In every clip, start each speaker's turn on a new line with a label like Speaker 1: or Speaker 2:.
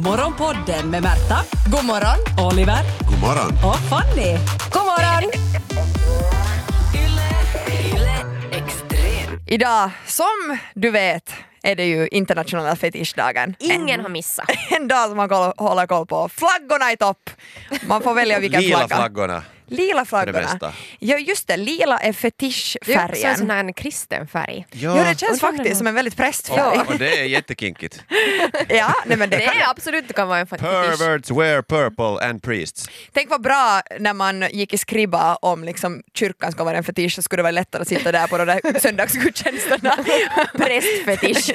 Speaker 1: Morgonpodden med Märta,
Speaker 2: God morgon!
Speaker 1: Oliver
Speaker 3: God morgon.
Speaker 1: och Fanny.
Speaker 2: God morgon! Idag, som du vet, är det ju internationella fetischdagen.
Speaker 4: Ingen har missat.
Speaker 2: En dag som man koll, håller koll på. Flaggorna i topp! Man får välja vilken
Speaker 5: Lila
Speaker 2: flagga.
Speaker 5: flaggorna.
Speaker 2: Lila
Speaker 5: det
Speaker 2: flaggorna.
Speaker 5: bästa.
Speaker 2: ja just det, lila
Speaker 4: Det är
Speaker 2: är
Speaker 4: också en
Speaker 2: fetischfärgen.
Speaker 4: sån här en kristen färg.
Speaker 2: Ja. det känns
Speaker 4: Undrar om det
Speaker 2: faktiskt
Speaker 4: var-
Speaker 2: som en väldigt prästfärg.
Speaker 5: Och, och det är jättekinkigt.
Speaker 2: ja, Ah, nej, men det
Speaker 4: Det
Speaker 2: kan,
Speaker 4: är absolut det kan vara en fetisch.
Speaker 5: Perverts wear purple and priests.
Speaker 2: Tänk vad bra när man gick i skribba om liksom, kyrkan ska vara en fetisch så skulle det vara lättare att sitta där på de där söndagsgudstjänsterna.
Speaker 4: Prästfetisch.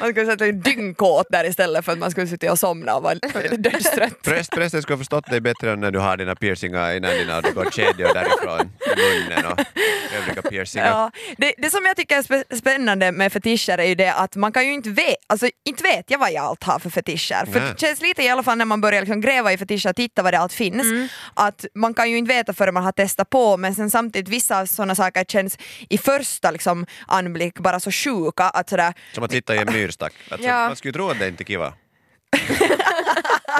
Speaker 2: man skulle sätta en dyngkåt där istället för att man skulle sitta och somna och vara dödstrött.
Speaker 5: Präst, prästen skulle ha förstått dig bättre än när du har dina piercingar innan dina det går kedjor därifrån i munnen och övriga piercingar.
Speaker 2: Ja, det, det som jag tycker är spe- spännande med fetischer är ju det att man kan ju inte veta, alltså inte vet jag vad jag allt har för fetischer. För
Speaker 5: Nej.
Speaker 2: det känns lite i alla fall när man börjar liksom gräva i fetischer och titta vad det allt finns,
Speaker 4: Mm.
Speaker 2: att man kan ju inte veta förrän man har testat på men sen samtidigt vissa sådana saker känns i första liksom, anblick bara så sjuka att sådär,
Speaker 5: Som att sitta i en myrstack. Alltså,
Speaker 4: Ja.
Speaker 5: Man skulle ju tro att det inte är kiva.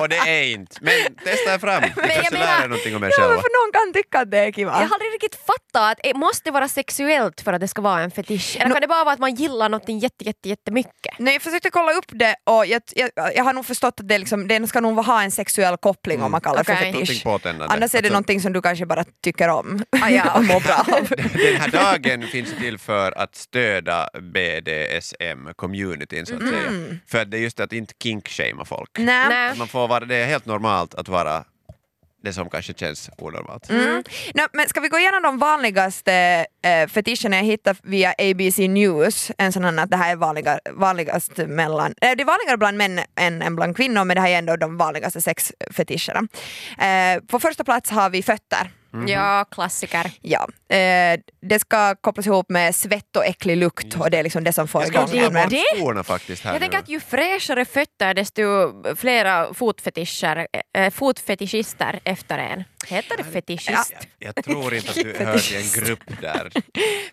Speaker 5: och det är inte. Men testa er fram. Ni kanske
Speaker 4: menar-
Speaker 5: lär er någonting om er
Speaker 2: ja men
Speaker 5: själva.
Speaker 2: för någon kan tycka att det är kiva.
Speaker 4: Jag har aldrig riktigt fattat att eh, måste det vara sexuellt för att det ska vara en fetisch? Eller kan det bara vara att man gillar något jätte, jätte, jättemycket?
Speaker 2: Nej, jag försökte kolla upp det och jag, jag, jag har nog förstått att det, liksom, det ska nog ha en sexuell koppling om man kallar det för
Speaker 4: Mm, Okej.
Speaker 2: fetisch.
Speaker 5: Någonting påtändande.
Speaker 2: Annars är det
Speaker 5: Alltså-
Speaker 2: någonting som du kanske bara tycker om
Speaker 4: Ah,
Speaker 2: och mår bra av.
Speaker 5: Den här dagen finns till för att stödja BDSM-communityn så att säga. För att det är just det att inte kinkshamea folk.
Speaker 2: Nej.
Speaker 4: Nej.
Speaker 5: Man får vara, det är helt normalt att vara det som kanske känns onormalt.
Speaker 2: Mm. Nej, men ska vi gå igenom de vanligaste eh, fetischerna jag hittade via ABC News? En sån här att det här är vanliga, vanligast mellan, eh, det är vanligare bland män än, än bland kvinnor men det här är ändå de vanligaste sexfetischerna. Eh, på första plats har vi fötter.
Speaker 4: Ja, klassiker.
Speaker 2: Ja. Eh, det ska kopplas ihop med svett och äcklig lukt och det är liksom det som får
Speaker 5: Jag ska
Speaker 2: igång
Speaker 5: också ta
Speaker 2: det.
Speaker 5: bort skorna faktiskt här
Speaker 4: Jag tänker
Speaker 5: nu.
Speaker 4: att ju fräschare fötter desto flera fotfetischer, eh, fotfetischister efter en. Heter det fetischist?
Speaker 5: Jag, jag tror inte att du hör till en grupp där.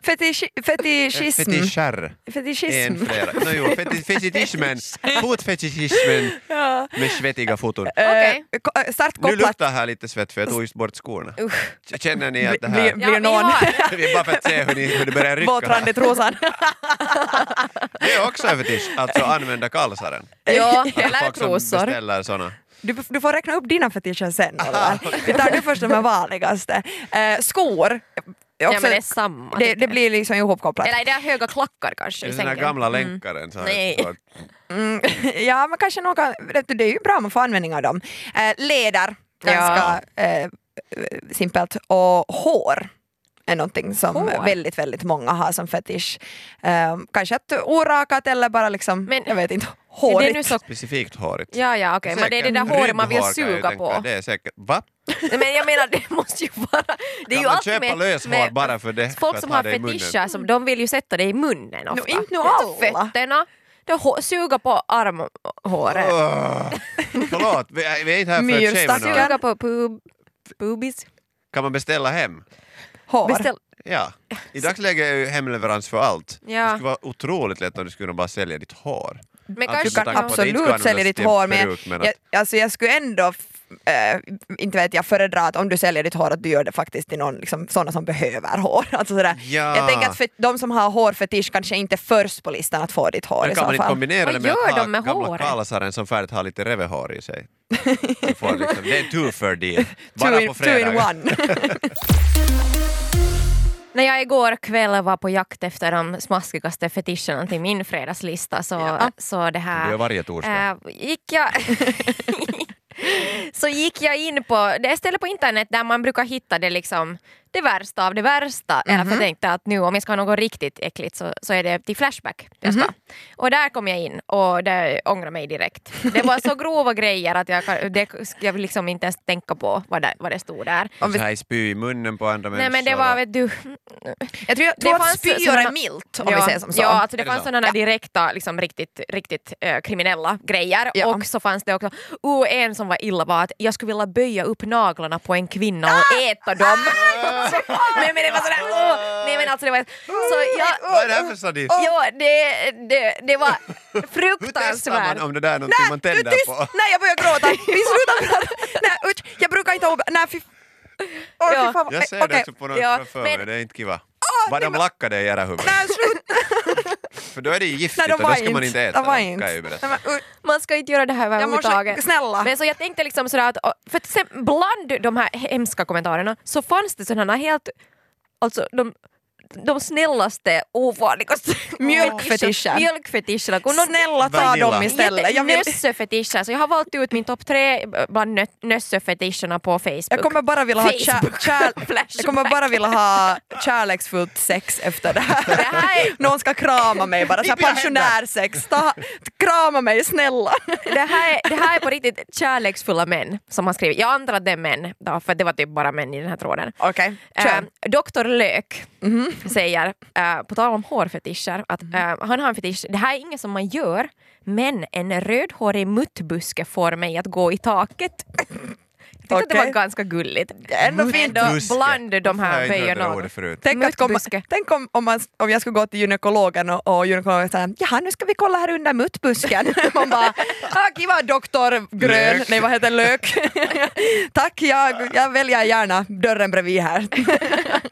Speaker 2: Fetisch, fetischism.
Speaker 5: Fetischer.
Speaker 2: Fetischism.
Speaker 5: En flera. No, jo, feti- fetishismen. Fotfetischismen med svettiga foton.
Speaker 2: Eh,
Speaker 4: Okej.
Speaker 2: ko- eh, Starkt
Speaker 5: Nu
Speaker 2: kopplat
Speaker 5: luktar här lite svett för jag tog just bort skorna.
Speaker 2: Usch.
Speaker 5: Känner ni att det
Speaker 2: blir,
Speaker 5: här...
Speaker 2: blir
Speaker 4: Ja, vi
Speaker 2: någon
Speaker 4: har det.
Speaker 5: Det är bara för att se hur, ni, hur det börjar rycka. här.
Speaker 2: våtrande trosan.
Speaker 5: Det är också en fetisch, alltså använda kalsaren.
Speaker 4: Ja,
Speaker 5: Att
Speaker 4: eller
Speaker 5: folk som
Speaker 4: trosor.
Speaker 5: beställer sådana.
Speaker 2: Du, du får räkna upp dina fetischer sen. Oliver. Vi tar nu först de här vanligaste. Eh, skor. Också,
Speaker 4: Ja, men det är samma.
Speaker 2: det,
Speaker 4: tycker
Speaker 2: det
Speaker 4: jag.
Speaker 2: blir Mm. liksom ihopkopplat.
Speaker 4: Eller är det höga klackar kanske?
Speaker 5: Det är
Speaker 4: i
Speaker 5: såna här
Speaker 4: sängen?
Speaker 5: gamla länkaren. Så här,
Speaker 4: Mm. Nej.
Speaker 5: så att-
Speaker 2: Ja, men kanske någon, kan- vet du, det är ju bra om man får användning av dem. Eh, leder,
Speaker 4: Ja.
Speaker 2: ganska eh, simpelt. Och hår är någonting som
Speaker 4: Hår?
Speaker 2: väldigt, väldigt många har som fetisch. Eh, kanske att orakat eller bara liksom,
Speaker 4: Men-
Speaker 2: jag vet inte,
Speaker 4: Är det
Speaker 2: hårigt.
Speaker 4: nu så
Speaker 5: Specifikt hårigt.
Speaker 4: Ja, ja, okej. Men det är det där
Speaker 5: Säkert.
Speaker 4: håret man vill
Speaker 5: Rymdhår kan jag ju
Speaker 4: suga
Speaker 5: tänka,
Speaker 4: på.
Speaker 5: Det är säkert. Va?
Speaker 4: Nej, men jag menar, det måste ju vara... Det
Speaker 5: Kan
Speaker 4: är ju
Speaker 5: man
Speaker 4: alltid
Speaker 5: köpa
Speaker 4: med,
Speaker 5: löshår
Speaker 4: med
Speaker 5: bara för det? för
Speaker 4: Folk
Speaker 5: att
Speaker 4: som
Speaker 5: ha
Speaker 4: har
Speaker 5: det i munnen?
Speaker 4: fetischer, som, de vill ju sätta det i munnen ofta.
Speaker 2: inte nu alla.
Speaker 4: Fötterna. De hå- suga på armhåret.
Speaker 5: Åh, Förlåt, vi är, vi är inte här för att shamea
Speaker 2: Myrstackar.
Speaker 5: någon.
Speaker 4: Suga på pub, boobies.
Speaker 5: Kan man beställa hem?
Speaker 2: hår.
Speaker 4: Beställ.
Speaker 5: Ja. I dagsläget är ju hemleverans för allt.
Speaker 4: Ja.
Speaker 5: Det skulle vara otroligt lätt om du skulle bara sälja ditt hår.
Speaker 4: Men
Speaker 5: Alltså,
Speaker 4: kanske...
Speaker 2: Du
Speaker 5: med
Speaker 2: kan
Speaker 5: tanke på att det inte ska
Speaker 2: absolut sälja
Speaker 5: användas
Speaker 2: ditt
Speaker 5: till en
Speaker 2: hår men, jag,
Speaker 5: peruk, men
Speaker 2: jag, alltså jag skulle ändå f- eh, inte vet jag, föredra att om du säljer ditt hår att du gör det faktiskt till någon, liksom, sådana som behöver hår. Alltså sådär.
Speaker 5: Ja.
Speaker 2: Jag tänker att för, de som har hårfetisch kanske inte är först på listan att få ditt hår
Speaker 5: Men
Speaker 2: i
Speaker 5: kan man
Speaker 2: så
Speaker 5: inte
Speaker 2: fall.
Speaker 5: kombinera
Speaker 4: Vad
Speaker 5: det med
Speaker 4: gör
Speaker 5: att ha
Speaker 4: de med
Speaker 5: gamla
Speaker 4: håret?
Speaker 5: kalsaren som färdigt har lite revehår i sig? Så får liksom, det är en two for deal.
Speaker 2: Two
Speaker 5: Bara
Speaker 2: in,
Speaker 5: på
Speaker 2: two in
Speaker 5: fredagar.
Speaker 2: one.
Speaker 4: När jag igår kväll var på jakt efter de smaskigaste fetischerna till min fredagslista så, så det
Speaker 5: Det
Speaker 4: här...
Speaker 5: är varje torsdag.
Speaker 4: Äh, gick jag... så gick jag in på det ställe på internet där man brukar hitta det liksom det värsta av det värsta. Eller för jag tänkte att nu om jag ska ha något riktigt äckligt så, så är det till Flashback jag ska. Och där kom jag in och det ångrar mig direkt. Det var så grova grejer att jag, kan- det, jag vill liksom inte ens tänka på vad det, vad det stod där.
Speaker 5: Om vi... Så här spy i munnen på andra
Speaker 4: Nej
Speaker 5: människor.
Speaker 4: men det var vet du... mm.
Speaker 2: jag tror, jag tror
Speaker 4: Det
Speaker 2: att
Speaker 4: fanns
Speaker 2: spyor
Speaker 4: sådana-
Speaker 2: är milt om
Speaker 4: ja,
Speaker 2: vi säger som så.
Speaker 4: Ja, alltså det
Speaker 5: Är det
Speaker 4: fanns
Speaker 5: så?
Speaker 4: sådana direkta, liksom, riktigt, riktigt eh, kriminella grejer.
Speaker 2: Ja.
Speaker 4: Och så fanns det också,
Speaker 2: Ah!
Speaker 4: oh, en som var illa var att jag skulle vilja böja upp naglarna på en kvinna och äta dem. Nej men det var sådär, åh. nej men alltså det var... Så jag,
Speaker 5: Vad är det här för sadism?
Speaker 4: Ja, det, det, det var
Speaker 5: Hur testar man
Speaker 4: fruktansvärt.
Speaker 5: om det där är någonting man
Speaker 2: du är
Speaker 5: tänder
Speaker 2: tyst!
Speaker 5: på?
Speaker 2: Nej jag börjar gråta! Vi slutar prata! Nej usch, jag brukar inte ha... Nej fy... Åh
Speaker 4: Ja.
Speaker 2: fy fan vad- Eh,
Speaker 5: Jag ser
Speaker 2: okej.
Speaker 5: det på något
Speaker 4: Ja,
Speaker 5: framför
Speaker 4: men-
Speaker 5: mig, det är inte kiva. Vad de lackade i era huvuden.
Speaker 2: Nej sluta!
Speaker 5: För då är det ju
Speaker 2: Nej
Speaker 5: giftigt
Speaker 2: de
Speaker 5: och då
Speaker 2: var
Speaker 5: ska man inte
Speaker 2: inte...
Speaker 5: äta
Speaker 2: De var
Speaker 5: dem, kan jag ju
Speaker 2: inte...
Speaker 5: berätta.
Speaker 2: Nej, men, usch.
Speaker 4: Man ska inte göra det här
Speaker 2: Jag måste-
Speaker 4: överhuvudtaget.
Speaker 2: snälla.
Speaker 4: Men så jag tänkte liksom sådär att, för att sen, bland de här hemska kommentarerna så fanns det sådana helt, alltså de, de snällaste, ovanligaste Oh,
Speaker 2: Mjölkfetischer.
Speaker 4: Mjölkfetischerna. Kun on
Speaker 2: Snälla ta
Speaker 5: Vanilla.
Speaker 2: dem istället! Jag, vill,
Speaker 4: Nössefetischer, så jag har valt ut min topp tre bland nö- nössefetischerna på Facebook.
Speaker 2: jag kommer bara vilja ha kär,
Speaker 4: Facebook.
Speaker 2: kär,
Speaker 4: Flashback.
Speaker 2: Jag kommer bara vilja ha kärleksfullt sex efter det här.
Speaker 4: här-
Speaker 2: Någon ska krama mig bara, så här
Speaker 5: Inte jag
Speaker 2: pensionärsex. Ta, krama mig snälla.
Speaker 4: det, här är, det här är på riktigt kärleksfulla män som har skrivit. Jag antar att det är män, då, för det var typ bara män i den här tråden.
Speaker 2: Okej,
Speaker 4: Eh,
Speaker 2: kör. Mhm.
Speaker 4: Doktor Lök säger, eh, på tal om hårfetischer, att
Speaker 2: Mm.
Speaker 4: eh, han har en fetisch, det här är inget som man gör, men en rödhårig muttbuske får mig att gå i taket. Jag tyckte att det
Speaker 2: Okej.
Speaker 4: var ganska gulligt.
Speaker 2: Ändå fint.
Speaker 4: Ändå bland de
Speaker 5: Varför har
Speaker 4: här
Speaker 5: jag inte hört
Speaker 4: böjer
Speaker 5: det där
Speaker 4: någon.
Speaker 5: ordet förut?
Speaker 2: Tänk, att komma,
Speaker 4: Muttbuske.
Speaker 2: tänk om, om, man, om jag skulle gå till gynekologen och, och gynekologen säger jaha nu ska vi kolla här under muttbusken. Man bara, ah, kiva doktor grön,
Speaker 5: Lök.
Speaker 2: nej vad heter lök. Tack, jag, jag väljer gärna dörren bredvid här.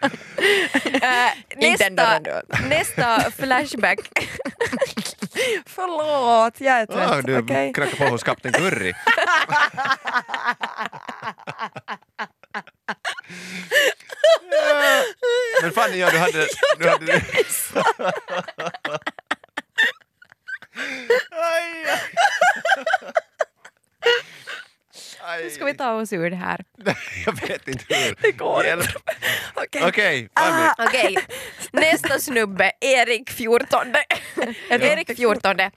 Speaker 4: Eh,
Speaker 2: Inte den
Speaker 4: nästa,
Speaker 2: dörren
Speaker 4: nästa flashback.
Speaker 2: Förlåt, jag är trött.
Speaker 5: Ah, du
Speaker 2: Okej.
Speaker 5: knackar på hos Kapten Curry. Ja. Men Fanny, ja, du hade... Du hade Aj, aj. Aj.
Speaker 4: Ska vi ta oss ur det här?
Speaker 5: Jag vet inte hur. Det
Speaker 2: går
Speaker 5: Hjälp.
Speaker 2: Okej.
Speaker 5: Okej, Fanny.
Speaker 4: Okej, nästa snubbe, Erik 14. Erik 14. Eh,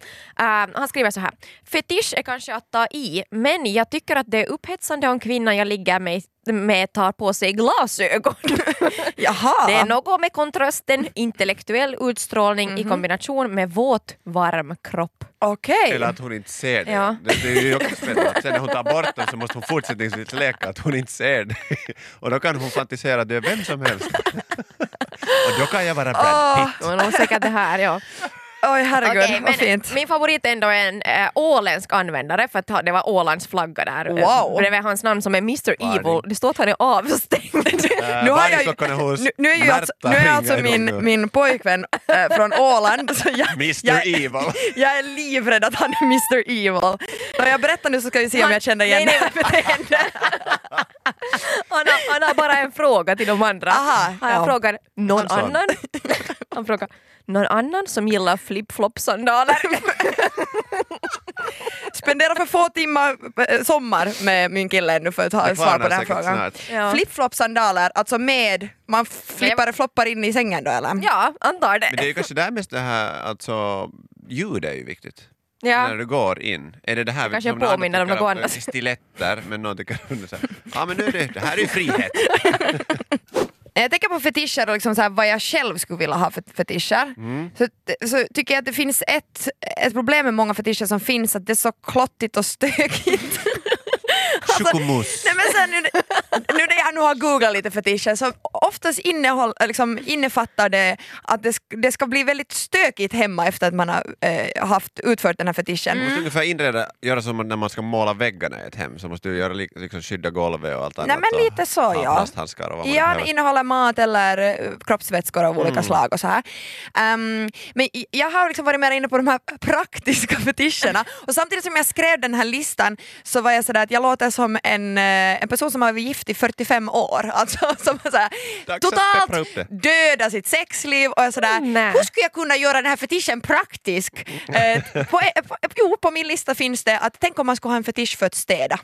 Speaker 4: han skriver så här. Fetisch är kanske att ta i, men jag tycker att det är upphetsande om kvinnan jag ligger med, med tar på sig glasögon.
Speaker 2: Jaha.
Speaker 4: Det är något med kontrasten, intellektuell utstrålning i kombination med våt, varm kropp.
Speaker 2: Okej.
Speaker 5: Eller att hon inte ser det.
Speaker 4: Ja.
Speaker 5: Det, det är ju också spännande. Sen när hon tar bort dem så måste hon fortsättningsvis leka att hon inte ser det. Och då kan hon fantisera att det är vem som helst. Och då kan jag vara Brad Pitt.
Speaker 4: Det var nog säkert det här, ja.
Speaker 2: Oj herregud,
Speaker 4: Okej,
Speaker 2: vad
Speaker 4: men
Speaker 2: fint.
Speaker 4: Min favorit ändå är en eh, åländsk användare för att ha- det var Ålands flagga där. eh,
Speaker 2: Wow.
Speaker 4: Bredvid hans namn som är Mr
Speaker 5: Varning.
Speaker 4: Evil. Det står att han är avstängd.
Speaker 5: Äh,
Speaker 2: Nu, har jag,
Speaker 5: varningsklockorna hos
Speaker 2: nu, nu är ju
Speaker 5: Märta
Speaker 2: alltså, nu är
Speaker 5: ringer
Speaker 2: alltså
Speaker 5: igång
Speaker 2: min,
Speaker 5: nu.
Speaker 2: min pojkvän eh, från Åland, så jag,
Speaker 5: Mr
Speaker 2: jag,
Speaker 5: Evil.
Speaker 2: jag är livrädd att han är Mr Evil. När jag berättar nu så ska vi se om
Speaker 4: Han-
Speaker 2: jag känner igen
Speaker 4: nej, nej.
Speaker 2: det här beteendet.
Speaker 4: Han har, han har bara en fråga till de andra.
Speaker 2: Aha,
Speaker 4: han
Speaker 2: ja.
Speaker 4: frågar någon
Speaker 5: Han sa-
Speaker 4: annan. Han frågar någon annan som gillar flip-flop-sandaler.
Speaker 2: Spendera för få timmar eh, sommar med min kille ännu för att ha
Speaker 5: Det
Speaker 2: svar på
Speaker 5: klarnar
Speaker 2: den här
Speaker 5: säkert
Speaker 2: frågan.
Speaker 5: snart.
Speaker 4: Ja.
Speaker 2: Flip-flop-sandaler, alltså med, man flippar och floppar in i sängen då eller?
Speaker 4: Ja, antar det.
Speaker 5: Men det är ju kanske där mest det här, alltså ljud är ju viktigt.
Speaker 4: Ja.
Speaker 5: När du går in. Är det det här
Speaker 4: kanske
Speaker 5: som någon annan
Speaker 4: påminner om
Speaker 5: tycker
Speaker 4: något
Speaker 5: att-
Speaker 4: annat.
Speaker 5: Stiletter, men någon tycker om det. Ja men nu är det, det här är ju frihet.
Speaker 2: Jag tänker på fetischer och liksom så här, vad jag själv skulle vilja ha för fetischer. Så, så tycker jag att det finns ett, ett problem med många fetischer som finns, att det är så klottigt och stökigt.
Speaker 4: Alltså,
Speaker 5: Chokomus.
Speaker 2: Nej, men sen, nu, nu när jag nu har googlat lite fetischer så oftast innehåll, liksom, innefattar det att det, sk- det ska bli väldigt stökigt hemma efter att man har eh, haft, utfört den här fetischen.
Speaker 5: Du måste ungefär inreda, göra som när man ska måla väggarna i ett hem, så måste du göra, li- liksom skydda golvet och allt annat.
Speaker 2: Nej, men
Speaker 5: och
Speaker 2: lite så,
Speaker 5: ha
Speaker 2: ja.
Speaker 5: Plasthandskar och vad man
Speaker 2: Ja,
Speaker 5: behöver. Mm.
Speaker 2: det innehåller mat eller eh, kroppsvätskor av olika slag och så här. Ehm, men i- jag har liksom varit mer inne på de här praktiska fetischerna och samtidigt som jag skrev den här listan så var jag sådär att jag låter som en, eh, en person som har varit gift i 45 år. Alltså som så här,
Speaker 5: att peppra
Speaker 2: totalt
Speaker 5: upp det.
Speaker 2: döda sitt sexliv och jag sådär,
Speaker 4: Nej.
Speaker 2: hur skulle jag kunna göra den här fetischen praktisk? Eh, på, på, jo, på min lista finns det att tänk om man skulle ha en fetisch för att städa.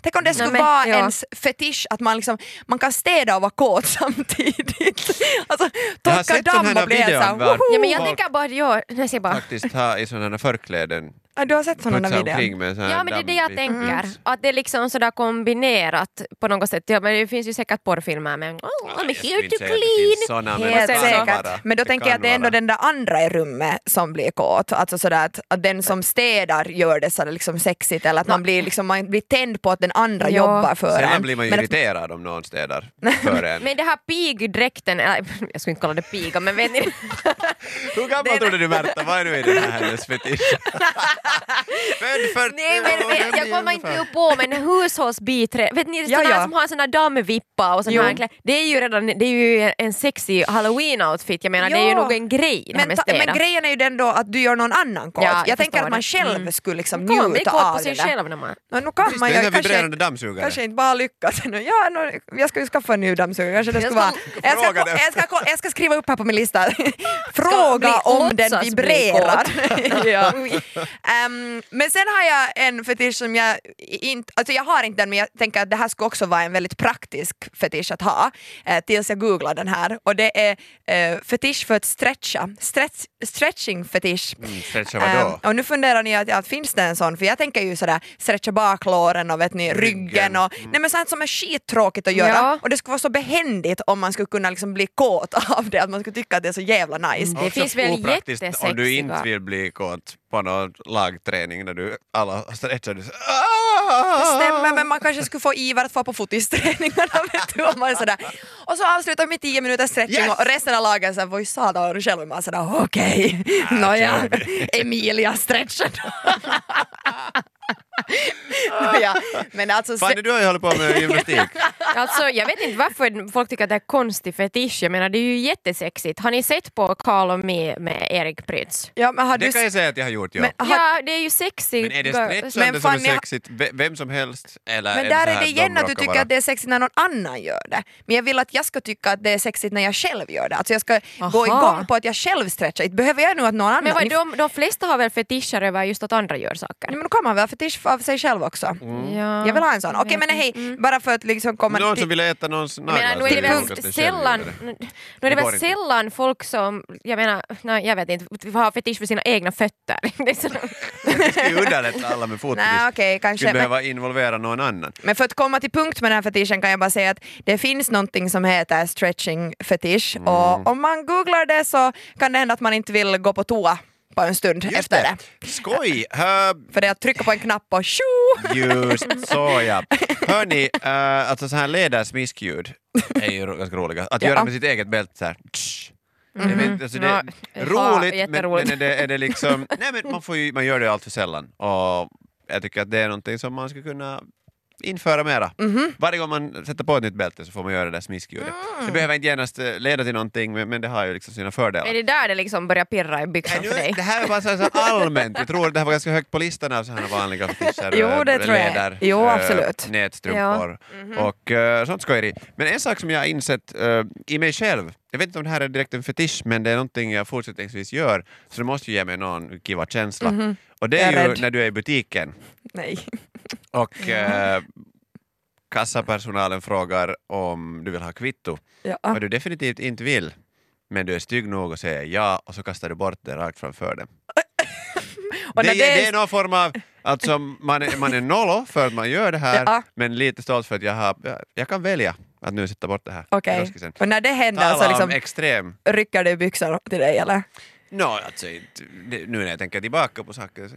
Speaker 2: Tänk om det skulle
Speaker 4: men,
Speaker 2: vara
Speaker 4: ja.
Speaker 2: ens fetisch att man, liksom, man kan städa och vara kåt samtidigt. Alltså,
Speaker 5: Jag har
Speaker 2: torka
Speaker 5: sett sån
Speaker 2: damm
Speaker 5: här
Speaker 2: och bli helt
Speaker 5: videon
Speaker 2: såhär
Speaker 5: var-
Speaker 2: woho!
Speaker 4: Ja, men jag
Speaker 5: Folk-
Speaker 4: tänker bara, ja, jag säger bara
Speaker 5: Faktiskt ha i sådana här förkläden,
Speaker 2: Ja, Du har sett sådana
Speaker 5: putsa
Speaker 2: videor?
Speaker 5: omkring med sån här Mm.
Speaker 4: Ja men det är det jag
Speaker 5: dammbit.
Speaker 4: tänker,
Speaker 2: Mm.
Speaker 4: att det är liksom sådär kombinerat på något sätt. Ja, men det finns ju säkert porrfilmer men oh, I'm
Speaker 5: jag skulle
Speaker 4: here
Speaker 5: inte
Speaker 4: to
Speaker 5: säga att det finns
Speaker 4: clean.
Speaker 5: såna, men
Speaker 2: Helt
Speaker 5: det kan
Speaker 2: säkert.
Speaker 5: vara.
Speaker 2: Men då
Speaker 5: Det
Speaker 2: tänker
Speaker 5: kan
Speaker 2: jag att det är ändå
Speaker 5: vara.
Speaker 2: den där andra i rummet som blir kåt. Alltså sådär att, att den som städar gör det så det är liksom sexigt eller att man, blir, liksom, man blir tänd på att den andra
Speaker 4: Ja.
Speaker 2: jobbar för en.
Speaker 5: Sällan blir man ju
Speaker 2: Men att-
Speaker 5: irriterad om någon städar för en.
Speaker 4: Men det här pigdräkten, eller, jag skulle inte kalla det piga men vet ni,
Speaker 5: Hur gammal trodde du Märta? Vad är nu i den här hennes fetisch? Född 40
Speaker 4: Nej, men,
Speaker 5: år,
Speaker 4: jag, jag kommer inte
Speaker 5: ungefär.
Speaker 4: nu på men hushållsbiträde, vet ni
Speaker 2: Ja,
Speaker 4: sådana
Speaker 2: ja.
Speaker 4: här som har en sån där dammvippa och sån
Speaker 2: Jo.
Speaker 4: här klä- det är ju redan det är ju en sexy halloween-outfit, jag menar det är ju
Speaker 2: Ja.
Speaker 4: nog en grej det här
Speaker 2: Men,
Speaker 4: med
Speaker 2: ta,
Speaker 4: städa.
Speaker 2: men grejen är ju den då att du gör någon annan kåt.
Speaker 4: Ja, jag
Speaker 2: jag tänker
Speaker 4: förstår
Speaker 2: att man
Speaker 4: det.
Speaker 2: själv
Speaker 4: Mm.
Speaker 2: skulle liksom
Speaker 4: Kommer man bli
Speaker 2: njuta
Speaker 4: kåt på
Speaker 2: av
Speaker 4: sig
Speaker 2: det där.
Speaker 4: själv när man...
Speaker 2: Men nu kan
Speaker 5: Just det,
Speaker 2: man
Speaker 5: den
Speaker 2: ju
Speaker 5: där
Speaker 2: kanske,
Speaker 5: vibrerande dammsugaren.
Speaker 2: kanske inte bara lyckas. ännu. Ja, nu, jag ska ju skaffa en ny dammsugare. Kanske det
Speaker 4: Jag
Speaker 2: skulle vara,
Speaker 4: ska
Speaker 2: jag, ska,
Speaker 5: fråga
Speaker 2: ko-
Speaker 5: det.
Speaker 2: jag, ska, ko- jag ska skriva upp här på min lista. Fråga
Speaker 4: bli-
Speaker 2: om den
Speaker 4: låtsas bli
Speaker 2: vibrerar. ja. Ehm, men sen har jag en fetisch som jag inte... Alltså jag har inte den men jag tänker att det här skulle också vara en väldigt praktisk fetisch att ha. eh, tills jag googlade den här. Och det är eh, fetisch för att stretcha. Stretch, stretching fetisch.
Speaker 5: Mm, stretcha vadå?
Speaker 2: Ehm, och nu funderar ni att, att finns det en sån? För jag tänker ju sådär stretcha baklåren och vet ni, ryggen,
Speaker 5: Ryggen. Mm.
Speaker 2: och nej men sånt som är skittråkigt att göra
Speaker 4: Ja.
Speaker 2: och det skulle vara så behändigt om man skulle kunna liksom bli kåt av det, att man skulle tycka att det är så jävla nice.
Speaker 4: Det
Speaker 5: Också
Speaker 4: finns väl
Speaker 5: opraktiskt om du inte
Speaker 4: jättesexiga.
Speaker 5: vill bli kåt på någon lagträning när du alla stretchar. Du så,
Speaker 2: Det stämmer men man kanske skulle få Ivar att få på fotisträningarna vet du, om man är sådär. Och så avslutar vi med 10 minuters stretching
Speaker 5: Yes!
Speaker 2: och resten av lagen såhär voi satan och själv är man sådär okej, nåja, Emilia stretchen. nåja, men alltså
Speaker 5: Fanny, du har ju hållit på med gymnastik.
Speaker 4: Alltså, jag vet inte varför folk tycker att det är konstig fetisch, jag menar det är ju jättesexigt. Har ni sett på Call of Me med Erik Prytz?
Speaker 2: Ja, men har du...
Speaker 5: Det kan jag säga att jag har gjort, ja.
Speaker 2: Men- Har-
Speaker 4: Ja, det är ju sexigt.
Speaker 5: Men är det
Speaker 4: Bara-
Speaker 5: stretchande
Speaker 2: Men
Speaker 5: som är
Speaker 2: Fanny, jag-
Speaker 5: sexigt? Ve- Vem som helst? Eller
Speaker 2: Men
Speaker 5: Äh, det
Speaker 2: där
Speaker 5: så
Speaker 2: är
Speaker 5: här
Speaker 2: det
Speaker 5: de
Speaker 2: igen att du
Speaker 5: råkar
Speaker 2: tycker
Speaker 5: vara-
Speaker 2: att det är sexigt när någon annan gör det. Men jag vill att jag ska tycka att det är sexigt när jag själv gör det. Alltså jag ska gå
Speaker 4: Aha.
Speaker 2: igång på att jag själv stretchar. Inte behöver jag nu att någon annan...
Speaker 4: Men vad,
Speaker 2: Ni-
Speaker 4: de, de flesta har väl fetischer över just att andra gör saker?
Speaker 2: Nej, men då kan man väl ha fetisch av sig själv också.
Speaker 4: Ja, Mm.
Speaker 2: Jag vill ha en sån.
Speaker 4: jag
Speaker 2: Okej
Speaker 4: vet
Speaker 2: men hej, bara för att liksom komma...
Speaker 5: Mm. Någon
Speaker 2: till-
Speaker 5: som vill äta någons
Speaker 4: Jag
Speaker 5: naglar?
Speaker 4: menar, nu
Speaker 5: så
Speaker 4: är det
Speaker 5: det roligt att
Speaker 4: väl
Speaker 5: den
Speaker 4: sällan,
Speaker 5: själv gjorde
Speaker 4: nu är det
Speaker 5: Det går
Speaker 4: väl
Speaker 5: inte.
Speaker 4: sällan folk som, jag menar, nej, jag vet inte, har fetisch för sina egna fötter. Det är så,
Speaker 5: det. Det ska ju underlätta alla med fotboll.
Speaker 2: Nej okej,
Speaker 5: Skulle
Speaker 2: kanske. Men,
Speaker 5: behöva involvera någon annan.
Speaker 2: men för att komma till punkt med den här fetischen kan jag bara säga att det finns någonting som heter stretching fetisch
Speaker 5: Mm.
Speaker 2: och om man googlar det så kan det hända att man inte vill gå på toa på en stund
Speaker 5: Just
Speaker 2: efter det.
Speaker 5: det. Skoj! Hör-
Speaker 2: För det är att trycka på en knapp och tjo!
Speaker 5: Just så ja. Hörni, uh, alltså så här ledarsmiskljud är ju ro- ganska roliga. Att göra med sitt eget bälte så här. tsch. Jag vet, inte, alltså det är
Speaker 4: Ja, Mm. ja,
Speaker 5: roligt, men,
Speaker 4: jätteroligt.
Speaker 5: men är, det, är det liksom... Nej men man, får ju, man gör det allt för sällan. Och jag tycker att det är någonting som man skulle kunna införa mera.
Speaker 4: Mhm.
Speaker 5: Varje gång man sätter på ett nytt bälte så får man göra det där smiskljudet.
Speaker 4: Mm.
Speaker 5: Det behöver inte genast eh, leda till någonting, men, men det har ju liksom sina fördelar.
Speaker 4: är det där det liksom börjar pirra
Speaker 5: Nej,
Speaker 4: i byxan
Speaker 5: nu-
Speaker 4: för dig?
Speaker 5: Det här är bara så här så allmänt, jag tror det här var ganska högt på listan av sådana vanliga fetischer.
Speaker 2: Jo, det
Speaker 5: eh,
Speaker 2: tror jag.
Speaker 5: leder,
Speaker 2: Jo,
Speaker 5: eh,
Speaker 2: absolut. Mhm.
Speaker 5: Nätstrumpor och eh, sånt skojeri. Men en sak som jag har insett eh, i mig själv, jag vet inte om det här är direkt en fetisch men det är någonting jag fortsättningsvis gör så det måste ju ge mig någon kiva känsla. Och det är
Speaker 2: Mhm. Jag är
Speaker 5: ju
Speaker 2: rädd.
Speaker 5: när du är i butiken
Speaker 2: Nej.
Speaker 5: och eh, kassapersonalen frågar om du vill ha kvitto
Speaker 2: Ja.
Speaker 5: vad du definitivt inte vill men du är stygg nog och säger ja och så kastar du bort det rakt framför dem.
Speaker 2: Och
Speaker 5: det,
Speaker 2: när
Speaker 5: är-
Speaker 2: det är-
Speaker 5: det är någon form av, alltså man är, man är nollo för att man gör det här
Speaker 2: Ja.
Speaker 5: men lite stolt för att jag, har, jag, jag kan välja att nu sätta bort det här. i
Speaker 2: Okej.
Speaker 5: roskisen.
Speaker 2: Och när det händer
Speaker 5: Tala
Speaker 2: så
Speaker 5: om
Speaker 2: liksom
Speaker 5: extrem.
Speaker 2: rycker du i byxan till dig eller?
Speaker 5: No, alltså, inte- det- nu när jag tänker tillbaka på saker så